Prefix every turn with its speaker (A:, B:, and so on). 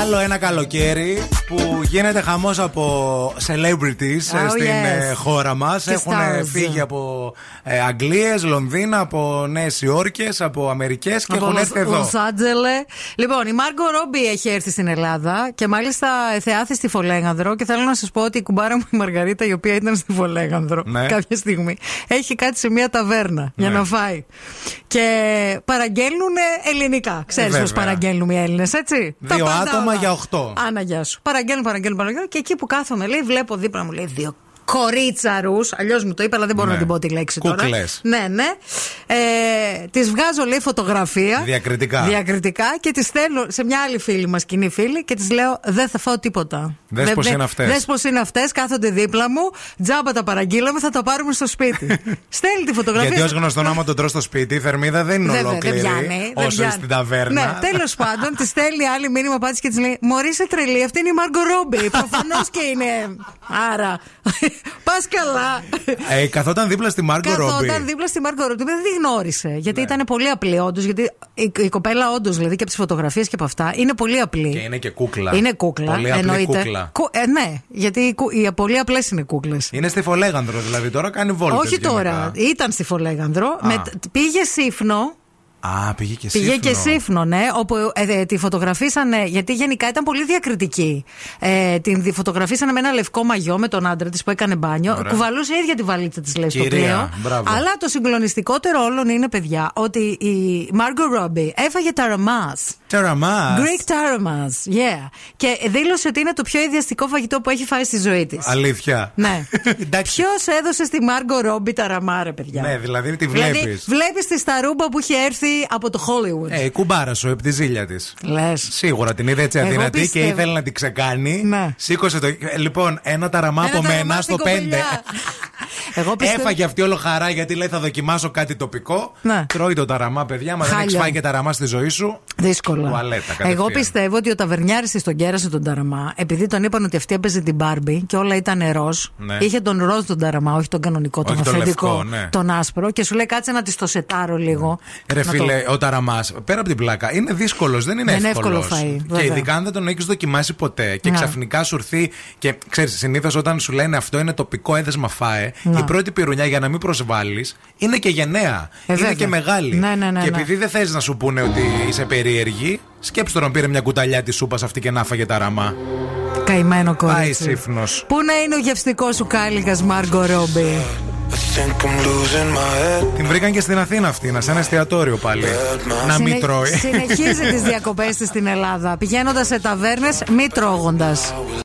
A: Άλλο ένα καλοκαίρι που γίνεται χαμός από celebrities
B: Oh,
A: ε, στην
B: yes.
A: ε, χώρα μας.
B: Και
A: Έχουν
B: stars.
A: φύγει από ε, Αγγλίες, Λονδίνα, από Νέες Υόρκες, από Αμερικές και
B: από
A: έχουν έρθει εδώ.
B: Λος Άντζελε. Λοιπόν, η Μάργκο Ρόμπι έχει έρθει στην Ελλάδα και μάλιστα θεάθη στη Φολέγανδρο. Και θέλω να σας πω ότι η κουμπάρα μου η Μαργαρίτα, η οποία ήταν στη Φολέγανδρο
A: Ναι.
B: κάποια στιγμή, έχει κάτι σε μια ταβέρνα για
A: Ναι.
B: να φάει. Και παραγγέλνουν ελληνικά. Ξέρεις πώς
A: Ε, βέβαια.
B: παραγγέλνουν οι Έλληνες, έτσι. Τα
A: Δύο
B: πάντα
A: άτομα
B: όλα.
A: για οκτώ.
B: Άνα, γεια σου. Παραγγέλνουν, παραγγέλνουν, παραγγέλνουν. Και εκεί που κάθομαι, λέει, βλέπω δίπλα μου, λέει, δύο κορίτσαρους. Αλλιώς μου το είπε, αλλά δεν μπορώ
A: Ναι.
B: να την πω τη λέξη τώρα.
A: Κούκλες.
B: Ναι, ναι. Ε, τη βγάζω, λέει, φωτογραφία.
A: Διακριτικά.
B: Διακριτικά και τη στέλνω σε μια άλλη φίλη μας, κοινή φίλη, και τη λέω: Δεν θα φάω τίποτα.
A: Δες
B: Δεν-
A: πώς
B: δεν-
A: είναι αυτές.
B: Δες πώ είναι αυτές, κάθονται δίπλα μου, τζάμπα τα παραγγείλαμε, θα τα πάρουμε στο σπίτι. Στέλνει τη φωτογραφία.
A: Γιατί ω γνωστόν, άμα τον τρώ στο σπίτι, η θερμίδα δεν είναι
B: Βέβαια,
A: ολόκληρη
B: δεν
A: όσο
B: πιάνει.
A: στην ταβέρνα.
B: Ναι, τέλος πάντων, τη στέλνει άλλη μήνυμα πάτηση και της λέει: Μωρή είσαι τρελή, αυτή είναι η Μάργκο Ρόμπι. Προφανώς και είναι. Άρα, πας καλά.
A: Ε, καθόταν δίπλα στη Μάρκο Ρόμπι. Ναι.
B: Καθόταν δίπλα στη Μάργκο Ρόμπι, δεν τη γνώρισε. Γιατί ήταν πολύ απλή, όντως. Γιατί η, η κοπέλα, όντως, δηλαδή και από τις φωτογραφίες και από αυτά, είναι πολύ απλή.
A: Και είναι και κούκλα.
B: Είναι κούκλα,
A: Πολύ απλή
B: εννοείται.
A: κούκλα.
B: Κου- ε, ναι, γιατί οι, κου- οι πολύ απλές είναι κούκλες.
A: Είναι στη Φολέγανδρο δηλαδή τώρα, κάνει βόλτες
B: Όχι
A: γενικά.
B: τώρα. Ήταν στη Φολέγανδρο. Με, πήγε σύφνο.
A: Α, πήγε και
B: Πήγε
A: σύφνο.
B: και σύφνο, ναι, όπου ε, ε, τη φωτογραφίσανε, γιατί γενικά ήταν πολύ διακριτική. Ε, την δι- φωτογραφίσανε με ένα λευκό μαγιό με τον άντρα της που έκανε μπάνιο.
A: Ωραία.
B: Κουβαλούσε η ίδια τη βαλίτσα της, λέει, στο
A: Κυρία,
B: πλοίο.
A: μπράβο.
B: Αλλά το συγκλονιστικότερο όλων είναι, παιδιά, ότι η Μάργκο Ρόμπι έφαγε ταραμά.
A: Ταραμάς.
B: Greek ταραμάς, yeah. Και δήλωσε ότι είναι το πιο ιδιαστικό φαγητό που έχει φάει στη ζωή της.
A: Αλήθεια.
B: Ναι.
A: Εντάξει.
B: Ποιος έδωσε στη Μάργκο Ρόμπι ταραμά, ρε παιδιά.
A: Ναι, δηλαδή τη βλέπει.
B: Δηλαδή, βλέπεις τη σταρούμπα που είχε έρθει από το Hollywood.
A: Ε, η κουμπάρα σου, επί τη ζήλια της.
B: Λες.
A: Σίγουρα την είδε έτσι
B: Εγώ
A: αδυνατή
B: πιστεύω.
A: και ήθελε να την ξεκάνει.
B: Ναι.
A: Σήκωσε το. ε, Λοιπόν, ένα ταραμά
B: Ένα
A: από
B: ταραμά
A: μένα
B: στην
A: στο 5.
B: κοπελιά. Εγώ πιστεύω-
A: Έφαγε αυτή όλο χαρά γιατί λέει θα δοκιμάσω κάτι τοπικό.
B: Ναι.
A: Τρώει το ταραμά, παιδιά. Μα δεν
B: Χάλια.
A: έχει φάει και ταραμά στη ζωή σου.
B: Δύσκολα.
A: Τουαλέτα, κατευθείαν.
B: Εγώ πιστεύω ότι ο ταβερνιάρης τη τον κέρασε τον Ταραμά, επειδή τον είπαν ότι αυτή έπαιζε την Μπάρμπι και όλα ήταν ροζ.
A: Ναι.
B: Είχε τον ροζ τον Ταραμά, όχι τον κανονικό, τον
A: Όχι τον
B: αφεντικό,
A: λευκό, ναι.
B: τον άσπρο. Και σου λέει κάτσε να της το σετάρω λίγο.
A: Ρε
B: Να
A: φίλε, ο ταραμάς, πέρα από την πλάκα, είναι δύσκολος, δεν είναι
B: Δεν είναι
A: εύκολος.
B: εύκολο φαΐ,
A: Και
B: βέβαια. Ναι.
A: ειδικά αν δεν τον έχεις δοκιμάσει ποτέ και
B: Να.
A: ξαφνικά σου έρθει. Και ξέρεις, συνήθως όταν σου λένε αυτό είναι τοπικό έδεσμα φάε,
B: Να.
A: η πρώτη πυρουνιά για να μην προσβάλλεις είναι και γενναία.
B: Ναι. Ε,
A: είναι
B: βέβαια.
A: και μεγάλη.
B: Ναι, ναι, ναι,
A: και
B: ναι.
A: επειδή δεν θες να σου πούνε ότι είσαι περίεργη, σκέψτε τον πήρε μια κουταλιά της σούπας αυτή και να φάγε ταραμά.
B: το- Καημένο
A: Πάει
B: κορίτσι.
A: σύφνος.
B: Πού να είναι ο γευστικός σου κάλικα, Μάργκο Ρόμπι.
C: I think I'm losing my head.
A: Την βρήκαν και στην Αθήνα αυτή, σε ένα εστιατόριο πάλι. να μην
B: Συνε-
A: τρώει.
B: Συνεχίζει τις διακοπές της στην Ελλάδα, πηγαίνοντας σε ταβέρνες μη τρώγοντας.